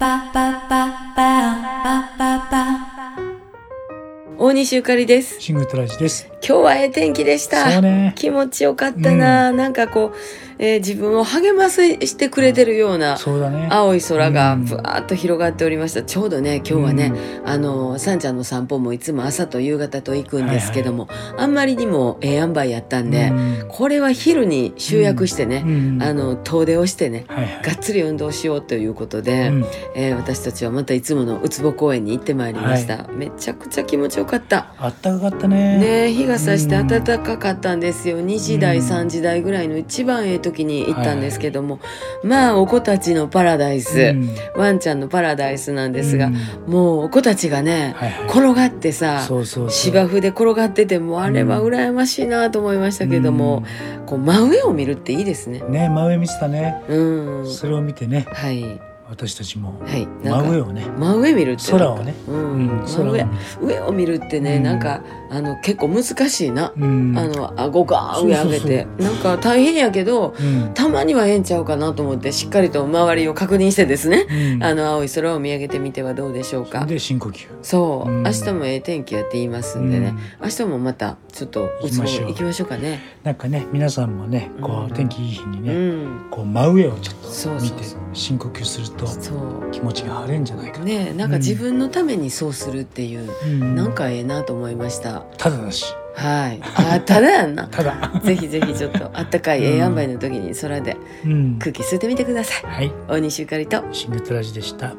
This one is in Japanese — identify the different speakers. Speaker 1: ba ba ba ba ba ba ba
Speaker 2: 大西ゆかりです
Speaker 3: シングルトラジです。
Speaker 2: 今日はええ天気でし
Speaker 3: そう
Speaker 2: た、
Speaker 3: ね。
Speaker 2: 気持ちよかったな、なんかこう、えー自分を励ましてくれてるような
Speaker 3: そうだね。
Speaker 2: 青い空が
Speaker 3: うん
Speaker 2: ぶわーっと広がっておりました、ちょうどね今日はね、あのさんちゃんの散歩もいつも朝と夕方と行くんですけども、あんまりにもええ塩梅やった
Speaker 3: うんん。
Speaker 2: で、
Speaker 3: うん
Speaker 2: これは昼に集約してね、
Speaker 3: うん
Speaker 2: あの遠出をしてね
Speaker 3: はいはい
Speaker 2: がっつり運動しようということで、
Speaker 3: うん
Speaker 2: えー私たちはまたいつものうつぼ公園に行ってまいりました、めちゃくちゃ気持ちよかった
Speaker 3: あったかかったね。
Speaker 2: ねえ日が差して
Speaker 3: うん
Speaker 2: 暖かかったんですよ2時台
Speaker 3: うん
Speaker 2: 3時台ぐらいの一番ええ時に行ったんですけども、まあお子たちのパラダイス、
Speaker 3: うん
Speaker 2: ワンちゃんのパラダイスなんですが、
Speaker 3: うん
Speaker 2: もうお子たちがね、
Speaker 3: はいはい
Speaker 2: 転がってさ
Speaker 3: そうそうそう。
Speaker 2: 芝生で転がっててもあれは羨ましいなと思いましたけども、こう真上を見るっていいですね
Speaker 3: うん。ね、真上見てたね。
Speaker 2: うん
Speaker 3: それを見てね、
Speaker 2: はい
Speaker 3: 私たちも
Speaker 2: はいなん
Speaker 3: 真
Speaker 2: か
Speaker 3: 上をね、
Speaker 2: 真上見るってなんか
Speaker 3: 空をね、
Speaker 2: う
Speaker 3: うん
Speaker 2: 真
Speaker 3: を
Speaker 2: 上
Speaker 3: ね
Speaker 2: 上を見るってね、
Speaker 3: うん
Speaker 2: なんかあの結構難しいな、
Speaker 3: うん。
Speaker 2: あの顎がーン上げて
Speaker 3: そ
Speaker 2: なんか大変やけど
Speaker 3: うん
Speaker 2: たまにはええんちゃうかなと思ってしっかりと周りを確認してですね、
Speaker 3: うん
Speaker 2: あの青い空を見上げてみてはどうでしょう
Speaker 3: それ
Speaker 2: か
Speaker 3: で深呼吸。
Speaker 2: そう、
Speaker 3: うん
Speaker 2: 明日もええ天気やって言いますんでね、明日もまたちょっとうつぼ
Speaker 3: 行きましょう
Speaker 2: 行きましょうかね
Speaker 3: なんかね、皆さんもね、こ
Speaker 2: うん
Speaker 3: う天気いい日に
Speaker 2: う
Speaker 3: ね、
Speaker 2: ん
Speaker 3: こう真上をちょっと
Speaker 2: そう
Speaker 3: 見
Speaker 2: そう
Speaker 3: て
Speaker 2: そう
Speaker 3: 深呼吸すると
Speaker 2: そ
Speaker 3: 気持ちが晴れんじゃないか
Speaker 2: う
Speaker 3: な。
Speaker 2: ねえなんか自分のためにそうするっていう、
Speaker 3: うん
Speaker 2: なんかええなと思いました
Speaker 3: ただだし、
Speaker 2: はいあただやんな
Speaker 3: ただ。
Speaker 2: ぜひぜひちょっとあったかいええ塩梅の時に空で
Speaker 3: うん。
Speaker 2: 空気吸ってみてください
Speaker 3: はい。
Speaker 2: 大西ゆかりと
Speaker 3: シングトラジでした。